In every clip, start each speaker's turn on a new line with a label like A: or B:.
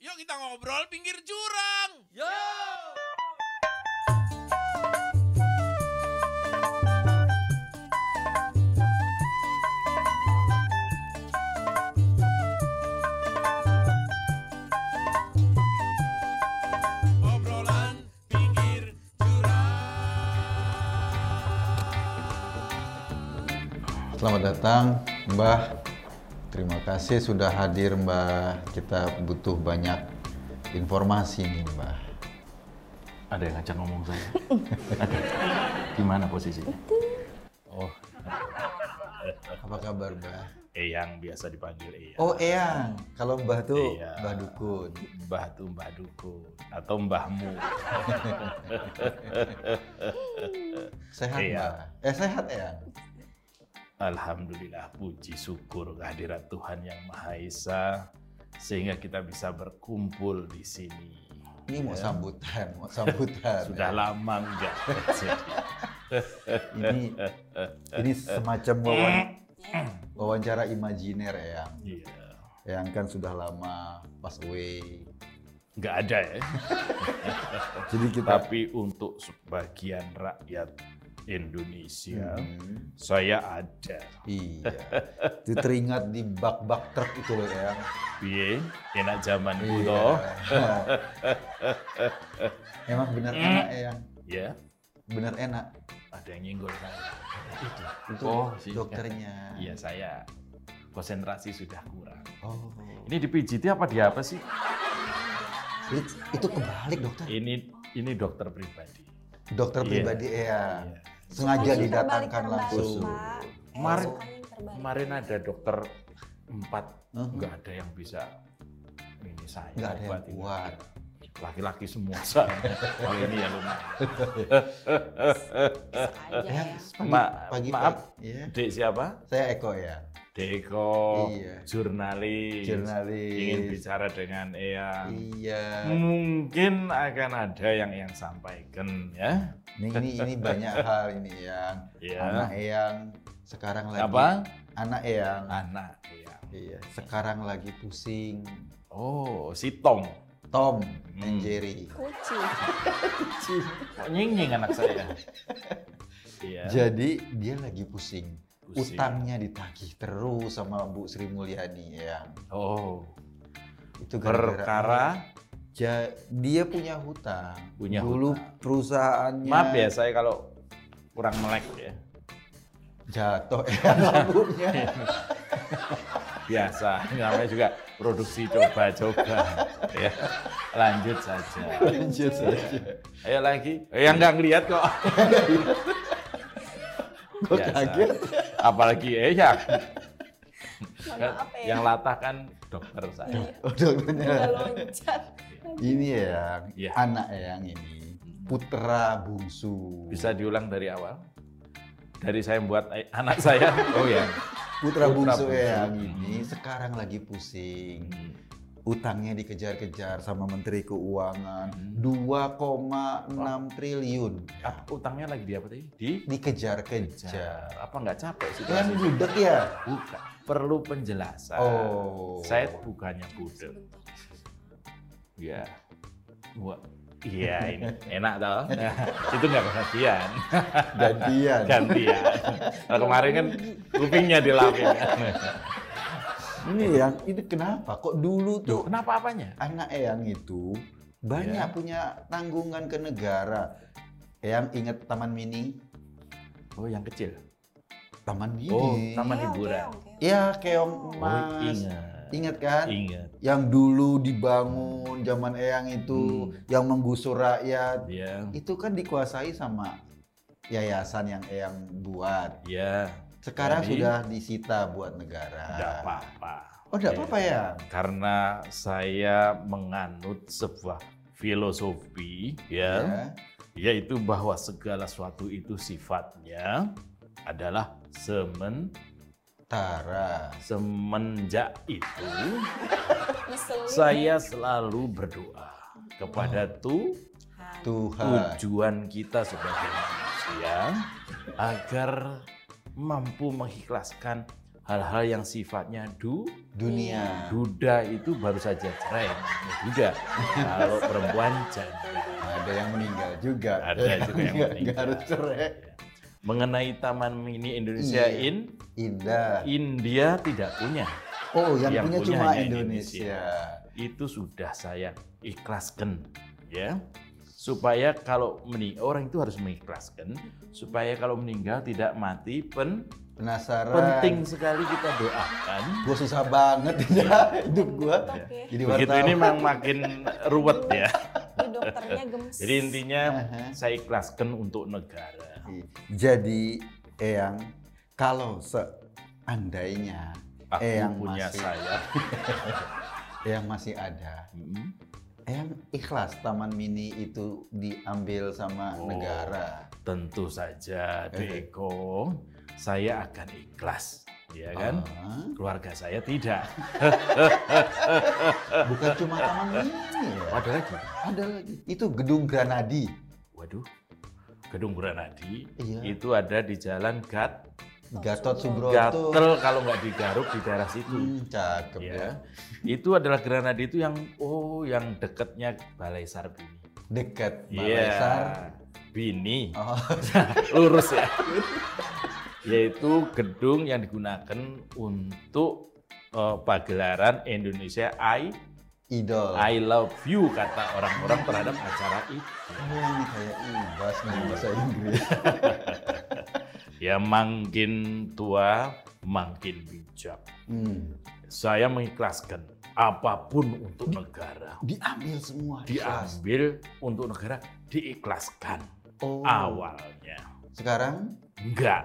A: Yuk kita ngobrol pinggir jurang.
B: Yo.
A: Obrolan pinggir jurang.
C: Selamat datang, Mbah. Terima kasih sudah hadir, Mbah. Kita butuh banyak informasi nih, Mbah.
D: Ada yang ngajak ngomong saya. Ada. Gimana posisinya? Oh,
C: Apa kabar, Mbah?
D: Eyang biasa dipanggil Eyang.
C: Oh, Eyang. Kalau Mbah tuh
D: Iya.
C: Mbah Dukun.
D: Mbah tuh Mbah Dukun atau Mbahmu.
C: Sehat,
D: Iya.
C: Mbah. Eh, sehat, Eyang.
D: Alhamdulillah puji syukur kehadirat Tuhan Yang Maha Esa sehingga kita bisa berkumpul di sini.
C: Ini mau sambutan, mau sambutan.
D: Iya. Sudah lama enggak terjadi.
C: Ini ini semacam wawan- wawancara imajiner, Eyang.
D: Iya.
C: Eyang kan sudah lama pas away.
D: Enggak ada ya.
C: Jadi kita
D: Tapi untuk sebagian rakyat Indonesia
C: Hmm.
D: saya ada.
C: Iya. Itu teringat di bak-bak truk itu loh ya.
D: Piye? Enak zaman
C: Iya.
D: kuto.
C: Emang bener enak ya,
D: Ya.
C: bener enak.
D: Ada yang nyenggol saya.
C: Itu
D: Oh, sih.
C: dokternya.
D: Iya saya konsentrasi sudah kurang.
C: Oh,
D: Ini dipijiti apa di apa sih?
C: itu, itu kebalik dokter.
D: Ini ini dokter pribadi.
C: Dokter
D: Iya.
C: pribadi ya.
D: Iya.
C: Sengaja
E: Yang
C: didatangkan
E: terbalik-terbalik,
C: langsung.
E: Pak. Eh,
D: Kemarin-
E: bukan yang terbalik.
D: Kemarin ada dokter empat,
C: Hah?
D: nggak ada yang bisa ini saya.
C: Nggak ada yang
D: obatin.
C: kuat.
D: Laki-laki semua saya. Kalau ini ya lumayan.
E: Aja
D: Eh,
C: Ya,
E: ya.
C: pagi,
D: Ma-
C: pagi,
D: maaf.
C: Pak. Iya.
D: Dek siapa?
C: Saya Eko ya,
D: Deko,
C: Iya.
D: jurnalis.
C: jurnalis.
D: Ingin bicara dengan Eyang.
C: Iya.
D: Hmm. Mungkin akan ada yang yang sampaikan ya.
C: Ini, ini ini banyak hal ini yang anak
D: Ya.
C: Eyang sekarang lagi
D: Apa?
C: anak Eyang
D: Anak Eyang.
C: Iya, sekarang lagi pusing
D: Oh, si Tom.
C: Tom and
D: Hmm.
C: Jerry.
E: Kucing.
D: Kok nying-nying anak saya? Iya.
C: Jadi dia lagi pusing.
D: pusing.
C: Utangnya ditagih terus sama Bu Sri Mulyani ya.
D: Oh,
C: Itu
D: perkara.
C: Ja- dia punya hutang.
D: Punya
C: Dulu
D: hutang.
C: perusahaannya
D: Maaf ya saya kalau kurang melek ya.
C: jatuh ya lampunya.
D: Biasa, namanya juga produksi coba-coba. ya. Lanjut saja.
C: Lanjut saja.
D: Ayo lagi. Eh, Yang nggak ngeliat kok.
C: Kok
D: Biasa.
C: kaget?
D: Apalagi eh yang,
E: Mohon maaf ya.
D: eh, yang latah kan dokter saya.
C: Oh, dokternya.
E: Udah loncat.
C: Ini ya,
D: Iya. Hmm.
C: anak yang ini putra bungsu.
D: Bisa diulang dari awal. Dari saya buat eh, anak saya. Oh
C: iya.
D: ya.
C: putra,
D: Putra
C: bungsu,
D: bungsu.
C: yang ini sekarang lagi pusing.
D: Hmm.
C: utangnya dikejar-kejar sama Menteri Keuangan 2,6 triliun
D: Apa, utangnya lagi di apa tadi? Di
C: dikejar-kejar.
D: apa nggak capek sih?
C: Yang budek ya?
D: Bukan. Perlu penjelasan.
C: Oh.
D: Saya bukannya budek. Ya. Wah. Iya ini enak toh.
C: Iya.
D: Nah, itu nggak kebagian.
C: Gantian.
D: Gantian. Kalau kemarin kan kupingnya dilapin.
C: Ini yang ini kenapa? Kok dulu
D: Duh,
C: tuh Iya.
D: kenapa apanya?
C: anak Eyang itu banyak punya tanggungan ke negara. Eyang ingat Taman Mini?
D: Oh, yang kecil.
C: Taman Mini.
D: Oh,
C: Taman.
D: taman
E: Keong,
D: hiburan.
E: keong, keong.
C: Ya, keong
D: Oh,
C: emas.
D: ingat.
C: ingat kan?
D: Ingat.
C: Yang dulu dibangun zaman Eyang itu yang menggusur rakyat.
D: Ya.
C: itu kan dikuasai sama yayasan yang Eyang buat.
D: Ya.
C: Sekarang
D: Jadi?
C: sudah disita buat negara.
D: Enggak apa-apa.
C: Oh, enggak apa-apa ya?
D: karena saya menganut sebuah filosofi ya,
C: Ya.
D: yaitu bahwa segala sesuatu itu sifatnya adalah semen
C: Tara.
D: semenjak itu
E: Ngeselin.
D: saya selalu berdoa kepada tuh
E: Han.
C: Tuhan.
D: tujuan kita sebagai manusia agar mampu mengikhlaskan hal-hal yang sifatnya du Iya.
C: Dunia.
D: duda itu baru saja cerai duda kalau perempuan janda
C: Ada yang meninggal juga.
D: Ada juga yang
C: Nggak-
D: meninggal.
C: nggak harus cerai.
D: mengenai Taman Mini Indonesia
C: Iya.
D: In
C: Indah.
D: India tidak punya
C: Oh, yang,
D: Yang
C: punya,
D: punya
C: cuma
D: hanya
C: Indonesia.
D: itu sudah saya ikhlaskan ya supaya kalau meni orang itu harus mengikhlaskan supaya kalau meninggal tidak mati pen
C: Penasaran.
D: penting sekali kita doakan
C: Gue susah banget ya hidup gue.
E: Oke.
C: Jadi
D: begitu
C: wartawan.
D: ini memang makin ruwet ya
E: Ini dokternya gemes.
D: Eh, jadi intinya
C: Aha.
D: saya ikhlaskan untuk negara
C: Jadi Eyang, kalau seandainya
D: aku
C: Eyang
D: punya
C: Iya, masih,
D: saya Hmm.
C: Eyang masih ada,
D: Mm-mm.
C: Eyang ikhlas Taman Mini itu diambil sama
D: Oh.
C: negara.
D: tentu
C: Eh.
D: saja Deko saya akan ikhlas ya kan
C: Ah,
D: keluarga saya tidak
C: Ah, bukan cuma Taman Mini ya.
D: ada lagi
C: Ada lagi. Itu gedung Granadi.
D: Waduh, Gedung Granadi
C: Iya.
D: itu ada di Jalan Gat
C: Gatot Subroto.
D: Gatel kalau nggak di Garut di daerah situ.
C: Hmm, cakep ya.
D: Ya. Itu adalah Granadi itu yang oh yang dekatnya Balai Sarbini.
C: Dekat
D: Iya.
C: Malesar.
D: Bini.
C: Oh,
D: Lurus ya. Yaitu gedung yang digunakan untuk eh, pagelaran Indonesia I
C: idol.
D: I love you kata orang-orang terhadap acara itu.
C: Oh, ini kayak ibas
D: Iya.
C: nih bahasa Inggris.
D: Ya makin tua makin bijak.
C: Hmm.
D: saya mengikhlaskan apapun untuk negara
C: Diambil semua. ikhlas.
D: diambil untuk negara diikhlaskan
C: Oh.
D: awalnya
C: Sekarang
D: enggak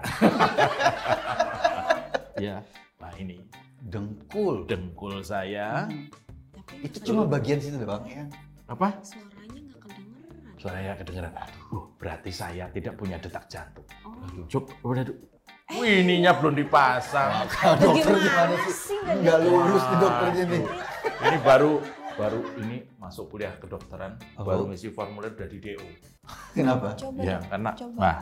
D: ya nah ini
C: dengkul.
D: dengkul saya
E: Tapi
C: Itu
E: nggak
C: cuma bagian situ doang ya.
D: apa
E: kedengeran. Suaranya nggak kedengeran.
D: saya kedengeran aduh berarti saya tidak punya detak jantung
E: Oh.
D: Cuk, udah, aduh. Wih, ininya belum dipasang
C: dokter
E: Gimana
C: gimana sih?
E: sih? Nggak
C: Nggak
E: di-
C: lurus di dokternya nih.
D: ini baru baru ini masuk kuliah kedokteran
C: Oh. Iya,
D: baru ngisi formulir dari DO
C: Kenapa?
E: Coba.
D: ya karena
E: Coba.
D: nah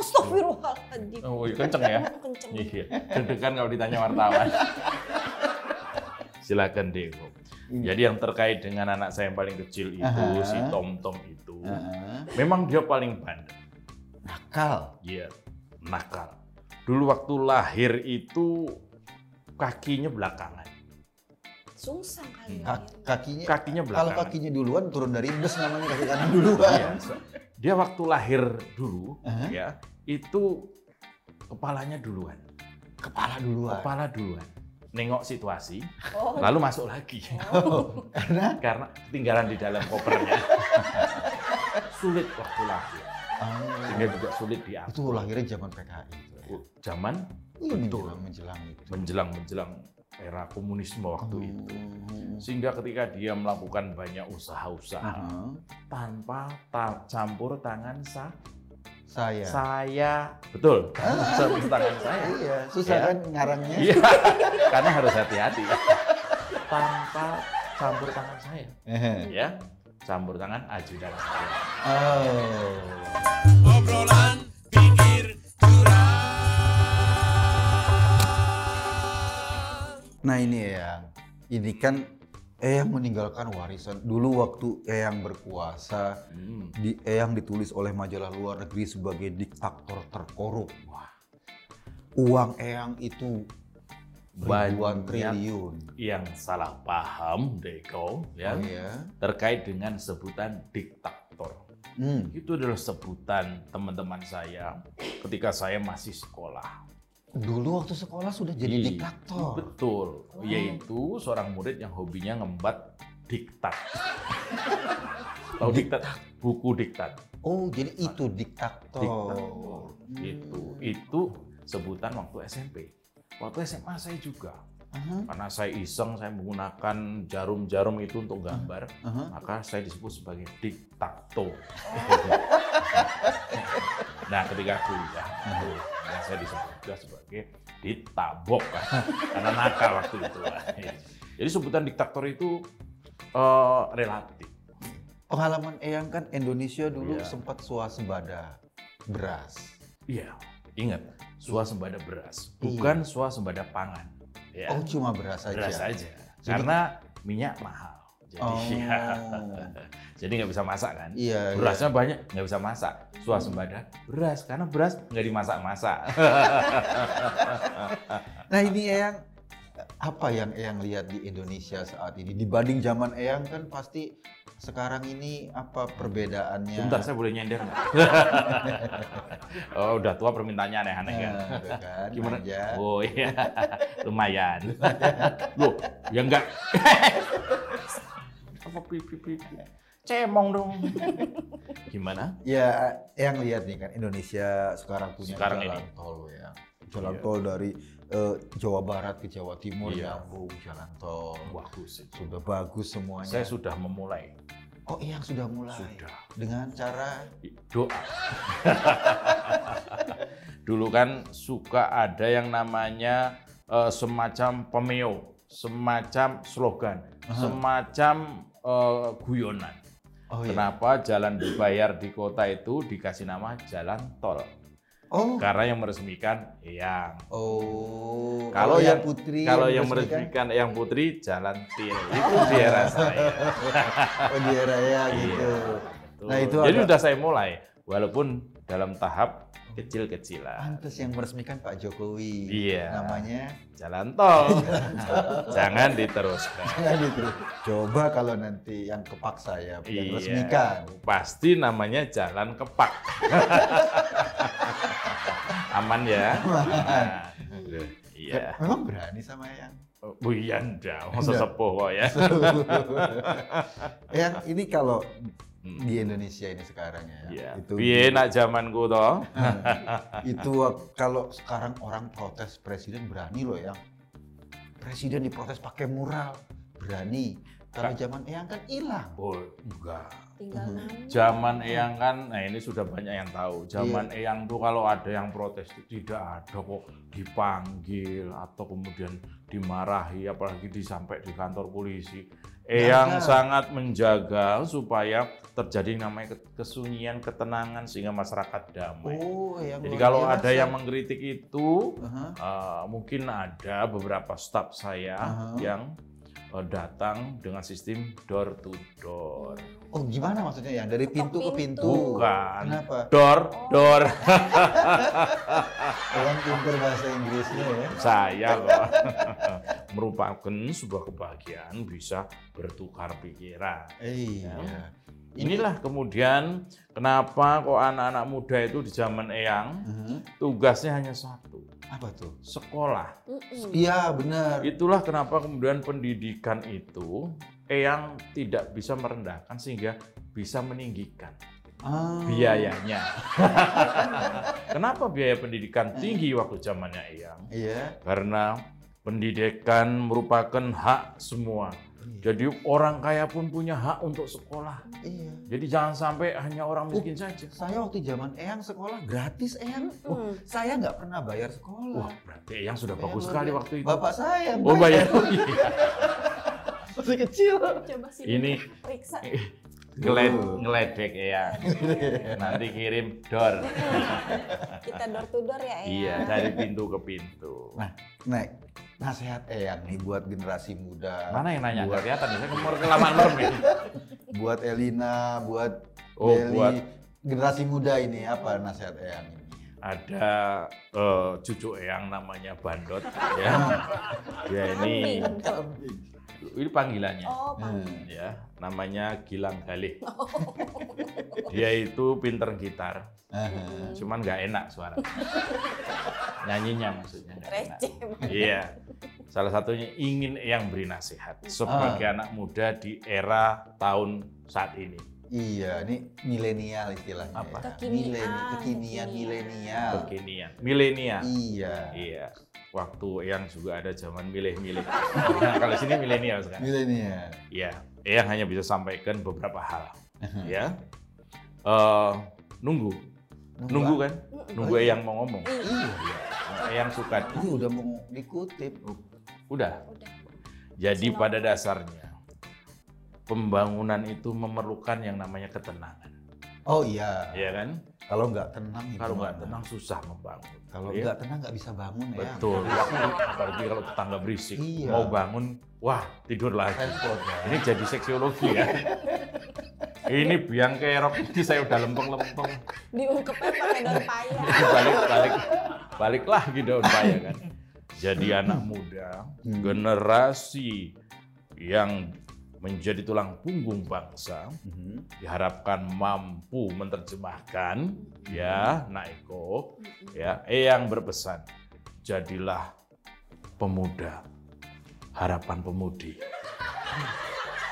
E: Astagfirullahaladzim.
D: Oh, iya, kenceng ya?
E: Kenceng.
D: Iya, deg-degan kalau ditanya wartawan. Silakan Dewo. Jadi yang terkait dengan anak saya yang paling kecil itu
C: Aha.
D: si Tom Tom itu,
C: Heeh.
D: memang dia paling bandel.
C: Nakal.
D: Iya, nakal. Dulu waktu lahir itu kakinya belakangan,
E: Sungsang kali ya.
C: Ka- kakinya.
D: kakinya
C: Kalau
D: belakangan.
C: kakinya duluan turun dari bus namanya kaki kanan duluan.
D: Iya, so- dia waktu lahir dulu,
C: Aha.
D: ya itu kepalanya duluan,
C: Kepala duluan.
D: kepala duluan. Nengok situasi,
E: Oh,
D: lalu masuk lagi.
C: Oh. Karena
D: karena ketinggalan di dalam kopernya. sulit waktu lahir, sehingga
C: oh,
D: juga sulit diatur.
C: itu lahirnya zaman PKI. itu ya.
D: Zaman
C: Iya,
D: Betul.
C: menjelang menjelang itu.
D: menjelang menjelang era komunisme waktu itu,
C: Hmm.
D: sehingga ketika dia melakukan banyak usaha-usaha
C: Aha.
D: tanpa ta- campur tangan sa-
C: Saya.
D: saya, betul, campur tangan saya.
C: Iya, susah
D: Ya.
C: kan ngarangnya.
D: Iya, karena harus hati-hati. tanpa campur tangan saya,
C: Hehe.
D: ya, campur tangan ajudan saya.
C: Oh.
A: obrolan pinggir jurang.
C: Nah ini Eyang, ini kan Eyang meninggalkan warisan. Dulu waktu Eyang berkuasa,
D: Hmm.
C: di Eyang ditulis oleh majalah luar negeri sebagai diktator terkorup. Wah. Uang Eyang itu ribuan
D: Banyak.
C: triliun.
D: yang salah paham Deko ya
C: Oh, ya.
D: terkait dengan sebutan diktator.
C: Hmm.
D: Itu adalah sebutan teman-teman saya ketika saya masih sekolah.
C: Dulu waktu sekolah sudah jadi
D: Iya,
C: diktator.
D: Betul,
C: Oh.
E: Wow.
D: yaitu seorang murid yang hobinya ngembat diktat. Tahu diktat? Buku diktat.
C: Oh, jadi itu diktator.
D: Diktator.
C: Hmm.
D: Itu nah, gitu. itu sebutan waktu SMP. Waktu SMA saya juga.
C: Aha,
D: Karena saya iseng saya menggunakan jarum-jarum itu untuk gambar.
C: aha.
D: maka saya disebut sebagai diktator. nah, ketika kuliah, itu, yang saya disebut juga sebagai ditabok kan. karena nakal waktu itu. Jadi sebutan diktator itu eh, relatif.
C: Pengalaman Eyang kan Indonesia dulu
D: Iya.
C: sempat swasembada beras.
D: Iya, ingat swasembada beras, bukan swasembada pangan. Ya,
C: Iya. Oh cuma beras aja.
D: beras aja.
C: Jadi-
D: Karena minyak mahal. Jadi
C: Oh.
D: ya, jadi nggak bisa masak kan?
C: Iya. iya.
D: Berasnya banyak nggak bisa masak. Swasembada beras karena beras nggak dimasak-masak.
C: Iya. Nah ini Eyang, apa yang Eyang lihat di Indonesia saat ini? Dibanding zaman Eyang kan pasti sekarang ini apa perbedaannya?
D: Bentar saya boleh nyender nggak? oh, udah tua permintaannya aneh-aneh kan?
C: Nah, gitu kan,
D: Gimana?
C: manja.
D: Oh iya, lumayan. Loh, ya enggak. Apa pi- pi- pi- pi. Cemong dong. Gimana?
C: Ya, yang lihat nih kan Indonesia sekarang punya
D: Sekarang
C: jalan
D: ini.
C: tol ya. Jalan
D: Iya.
C: tol dari eh, Jawa Barat ke Jawa Timur
D: Iya.
C: nyambung jalan tol.
D: Bagus. itu.
C: Sudah bagus semuanya.
D: Saya sudah memulai.
C: oh, yang sudah mulai.
D: Sudah.
C: Dengan cara
D: Doa. Dulu kan suka ada yang namanya eh, semacam pemeo, semacam slogan,
C: Aha.
D: semacam eh, guyonan.
C: Oh iya.
D: Kenapa jalan berbayar di kota itu dikasih nama jalan tol?
C: Oh.
D: Karena yang meresmikan yang
C: Oh. oh,
D: Kalau yang-
C: putri kan?
D: kalau yang
C: meresmikan- Iya.
D: meresmikan yang putri jalan til itu dia rasanya.
C: Oh dia raya
D: Iya.
C: gitu. Nah, itu
D: Jadi
C: ada-
D: udah saya mulai walaupun dalam tahap kecil-kecilan.
C: Pantes yang meresmikan Pak Jokowi.
D: Iya.
C: Namanya
D: Jalan tol.
C: Iya.
D: Jangan diteruskan.
C: Nah, gitu. Coba kalau nanti yang kepaksa ya, yang
D: Iya.
C: resmikan.
D: Pasti namanya jalan kepak. Aman ya? Nah, Iya.
C: Memang berani sama yang.
D: Bu Yanda, oh masa
C: Iya.
D: sepuh kok ya.
C: yang ini kalau
D: Hmm.
C: di Indonesia ini sekarang ya.
D: Iya.
C: Itu Nah,
D: Piye nak zamanku toh?
C: itu kalau sekarang orang protes presiden berani loh yang. Presiden diprotes pakai mural, berani. Kalau zaman Eyang kan hilang.
D: Oh, enggak.
E: Tinggal
C: Mhm.
E: nanya.
D: Zaman Eyang kan, nah ini sudah banyak yang tahu. Zaman Eyang tuh kalau ada yang protes itu tidak ada kok dipanggil atau kemudian dimarahi, apalagi disampai di kantor polisi. Eyang
C: Jaga.
D: sangat menjaga supaya terjadi yang namanya ke- kesunyian, ketenangan sehingga masyarakat damai.
C: Oh, yang
D: iya. Jadi
C: luar
D: kalau
C: biasa.
D: ada yang mengkritik itu,
C: Aha.
D: Eh, mungkin ada beberapa staf saya
C: Aha.
D: yang eh, datang dengan sistem door to door.
C: Oh, gimana maksudnya yang dari pintu ke pintu?
D: Bukan.
C: Kenapa? Oh.
D: Door, door.
C: Orang pinter bahasa Inggrisnya ya.
D: saya loh. Merupakan sebuah kebahagiaan bisa bertukar pikiran.
C: Iya.
D: Ya. Inilah kemudian kenapa kok anak-anak muda itu di zaman Eyang
C: Heeh.
D: tugasnya hanya satu,
C: Hmm. Apa tuh?
D: sekolah.
E: Mm-mm.
C: Iya benar.
D: Itulah kenapa kemudian pendidikan itu Eyang tidak bisa merendahkan sehingga bisa meninggikan
C: Ah.
D: Iya. biayanya. Kenapa biaya pendidikan tinggi waktu zamannya Eyang?
C: Iya.
D: Karena pendidikan merupakan hak semua. Jadi orang kaya pun punya hak untuk sekolah.
C: Iya.
D: Jadi jangan sampai hanya orang miskin saja.
C: Saya waktu zaman Eyang sekolah gratis Eyang.
E: Mm-mm.
C: Wah, saya nggak pernah bayar sekolah.
D: Wah, berarti Eyang sudah
C: Eyang
D: bagus
C: luar
D: sekali
C: biasa.
D: waktu itu.
C: Bapak saya.
D: Oh, bayar.
C: Masih kecil.
E: Coba sih
D: Ini
E: periksa.
D: Ngeled,
C: Oh.
D: ngeledek ya. Nanti kirim dor.
E: Kita door to door ya, Eyang.
D: Iya, dari pintu ke pintu.
C: Nah, Nah, nasihat Eyang nih buat generasi muda,
D: Mana yang nanya?
C: Buat-
D: Nggak kelihatan, saya kemur kelamaan merem ya.
C: buat Elina, buat
D: Oh,
C: Deli.
D: buat
C: generasi muda ini apa nasihat Eyang ini?
D: ada eh, cucu yang namanya Bandot ya. ya ini
E: Kambing.
D: ini panggilannya.
E: Oh, Pak.
C: Hmm.
D: Ya, namanya Gilang Galih. Dia itu pinter gitar,
C: Aha.
D: cuman nggak enak suara. Nyanyinya maksudnya nggak enak.
E: receh banget.
D: Iya. Salah satunya ingin yang beri nasihat sebagai anak muda di era tahun saat ini.
C: Iya, ini milenial istilahnya.
D: Apa?
C: ya.
E: Kekinian,
C: Mileni- kekinian
E: kekinian.
C: milenial.
D: Kekinian, milenial.
C: Iya.
D: Iya. Waktu yang juga ada zaman milih-milih. Nah, kalau sini milenial sekarang.
C: Milenial.
D: Iya. Yang hanya bisa sampaikan beberapa hal.
C: Hmm.
D: Ya. Eh, nunggu.
C: Nunggu
D: Nunggu
C: apa?
D: kan? Nunggu
C: Oh, iya.
D: yang mau ngomong.
C: Iya.
D: Yang suka.
C: Ini udah mau dikutip.
D: Udah.
E: Udah.
D: Jadi
E: Senang.
D: pada dasarnya pembangunan itu memerlukan yang namanya ketenangan.
C: Oh iya.
D: Iya kan?
C: Kalau nggak tenang ya
D: Kalau nggak
C: gimana?
D: tenang susah membangun.
C: Kalau
D: Iya.
C: nggak tenang nggak bisa bangun ya.
D: Betul. Apalagi kalau tetangga berisik,
C: Iya.
D: mau bangun, wah tidur lagi.
C: Repot ya.
D: Ini jadi seksiologi ya. ini biang kerok ini saya udah lempeng-lempeng.
E: diungkepnya pakai daun paya.
D: balik balik balik lagi daun paya kan. Jadi anak muda,
C: Hmm.
D: generasi yang menjadi tulang punggung bangsa
C: Mhm.
D: diharapkan mampu menerjemahkan ya Naiko ya yang berpesan jadilah pemuda harapan pemudi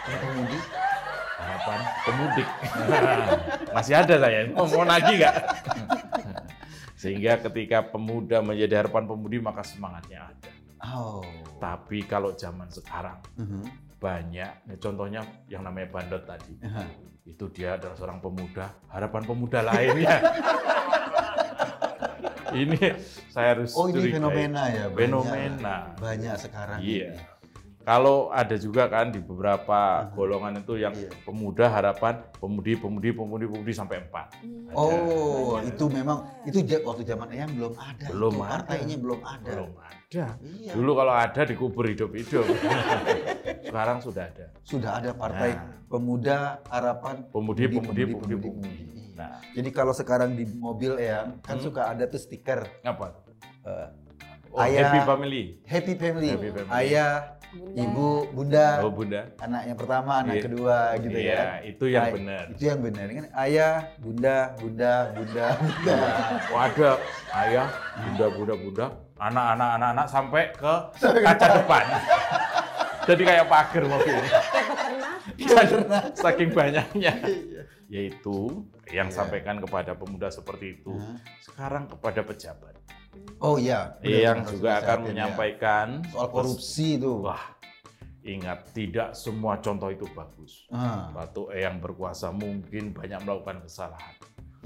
C: Yang pemudi,
D: harapan pemudik masih ada saya mau, mau nagih nggak sehingga ketika pemuda menjadi harapan pemudi maka semangatnya ada
C: Oh.
D: tapi kalau zaman sekarang
C: Mhm.
D: banyak ya contohnya yang namanya bandot tadi
C: Aha.
D: itu dia adalah seorang pemuda harapan pemuda lainnya ini saya harus
C: Oh ini
D: curigai.
C: fenomena ya. Banyak, Nah,
D: fenomena
C: Banyak sekarang.
D: iya
C: ini.
D: kalau ada juga kan di beberapa golongan itu yang
C: Iya.
D: pemuda harapan pemudi pemudi pemudi pemudi sampai empat
E: Hmm.
C: Oh,
E: Banyak.
C: itu memang itu ja- waktu zaman Eyang belum ada.
D: Belum
C: itu,
D: ada.
C: Partainya belum ada.
D: belum ada
C: Iya.
D: dulu kalau ada dikubur hidup hidup sekarang sudah ada
C: Sudah ada partai
D: Nah.
C: pemuda harapan
D: pemudi
C: Pemudi,
D: pemudi
C: pemudi,
D: pemudi
C: pemudi.
D: pemudi nah
C: Jadi kalau sekarang di mobil Eyang kan
D: Hmm.
C: suka ada tuh stiker
D: apa
C: eh,
D: oh,
C: Ayah-
D: happy family
C: happy, family.
D: Happy family.
C: ayah,
E: Bunda.
C: ibu, bunda,
D: oh bunda
C: anak yang pertama, anak
D: Iya.
C: kedua gitu
D: Iya,
C: ya.
D: itu yang
C: Ay-
D: benar
C: Itu yang benar kan ayah, bunda, bunda, bunda, bunda.
D: Oh, ada ayah, bunda, bunda, bunda, anak-anak, anak-anak sampai ke kaca depan. Jadi kayak pagar mobilnya,
C: Iya,
E: Kayak peternak.
D: Iya, saking banyaknya. Yaitu yang
C: Iya.
D: sampaikan kepada pemuda seperti itu. Sekarang kepada pejabat
C: Oh iya. benar,
D: yang
C: harus
D: juga akan
C: disiapin, ya.
D: menyampaikan
C: soal korupsi itu.
D: Wah, ingat tidak semua contoh itu bagus.
C: Ah,
D: Waktu eh, yang berkuasa mungkin banyak melakukan kesalahan.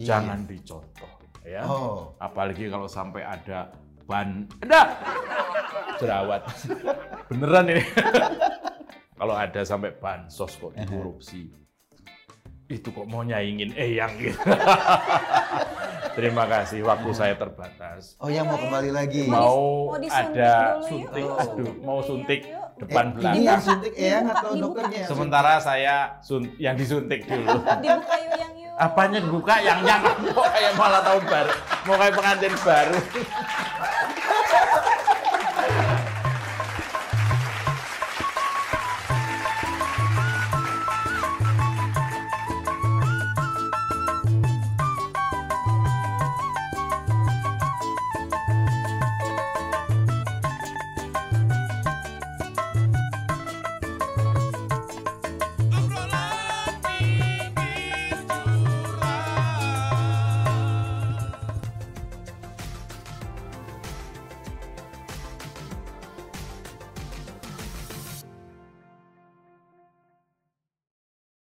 C: iya.
D: Jangan dicontoh, ya.
C: Oh.
D: Apalagi kalau sampai ada ban, ada jerawat. Beneran ini. kalau ada sampai bansos kok dikorupsi, itu kok mau nyaingin eyang gitu. Terima kasih, waktu saya terbatas.
C: Oh yang mau kembali lagi.
D: Mau,
E: Mau disuntik
D: ada
E: dulu yuk,
D: suntik,
C: mau
D: aduh,
E: suntik
D: mau
E: dulu
D: suntik
E: ya, yuk.
D: depan
C: Eh, Ini
D: belakang.
C: yang suntik
E: Dibuka,
C: Eyang atau
E: dibuka.
C: dokternya? yang suntik?
D: Sementara saya sun- yang disuntik dulu.
E: Dibuka yuk yang yuk.
D: Apanya dibuka yang yang kok kayak malah tahun baru, mau kayak pengantin baru.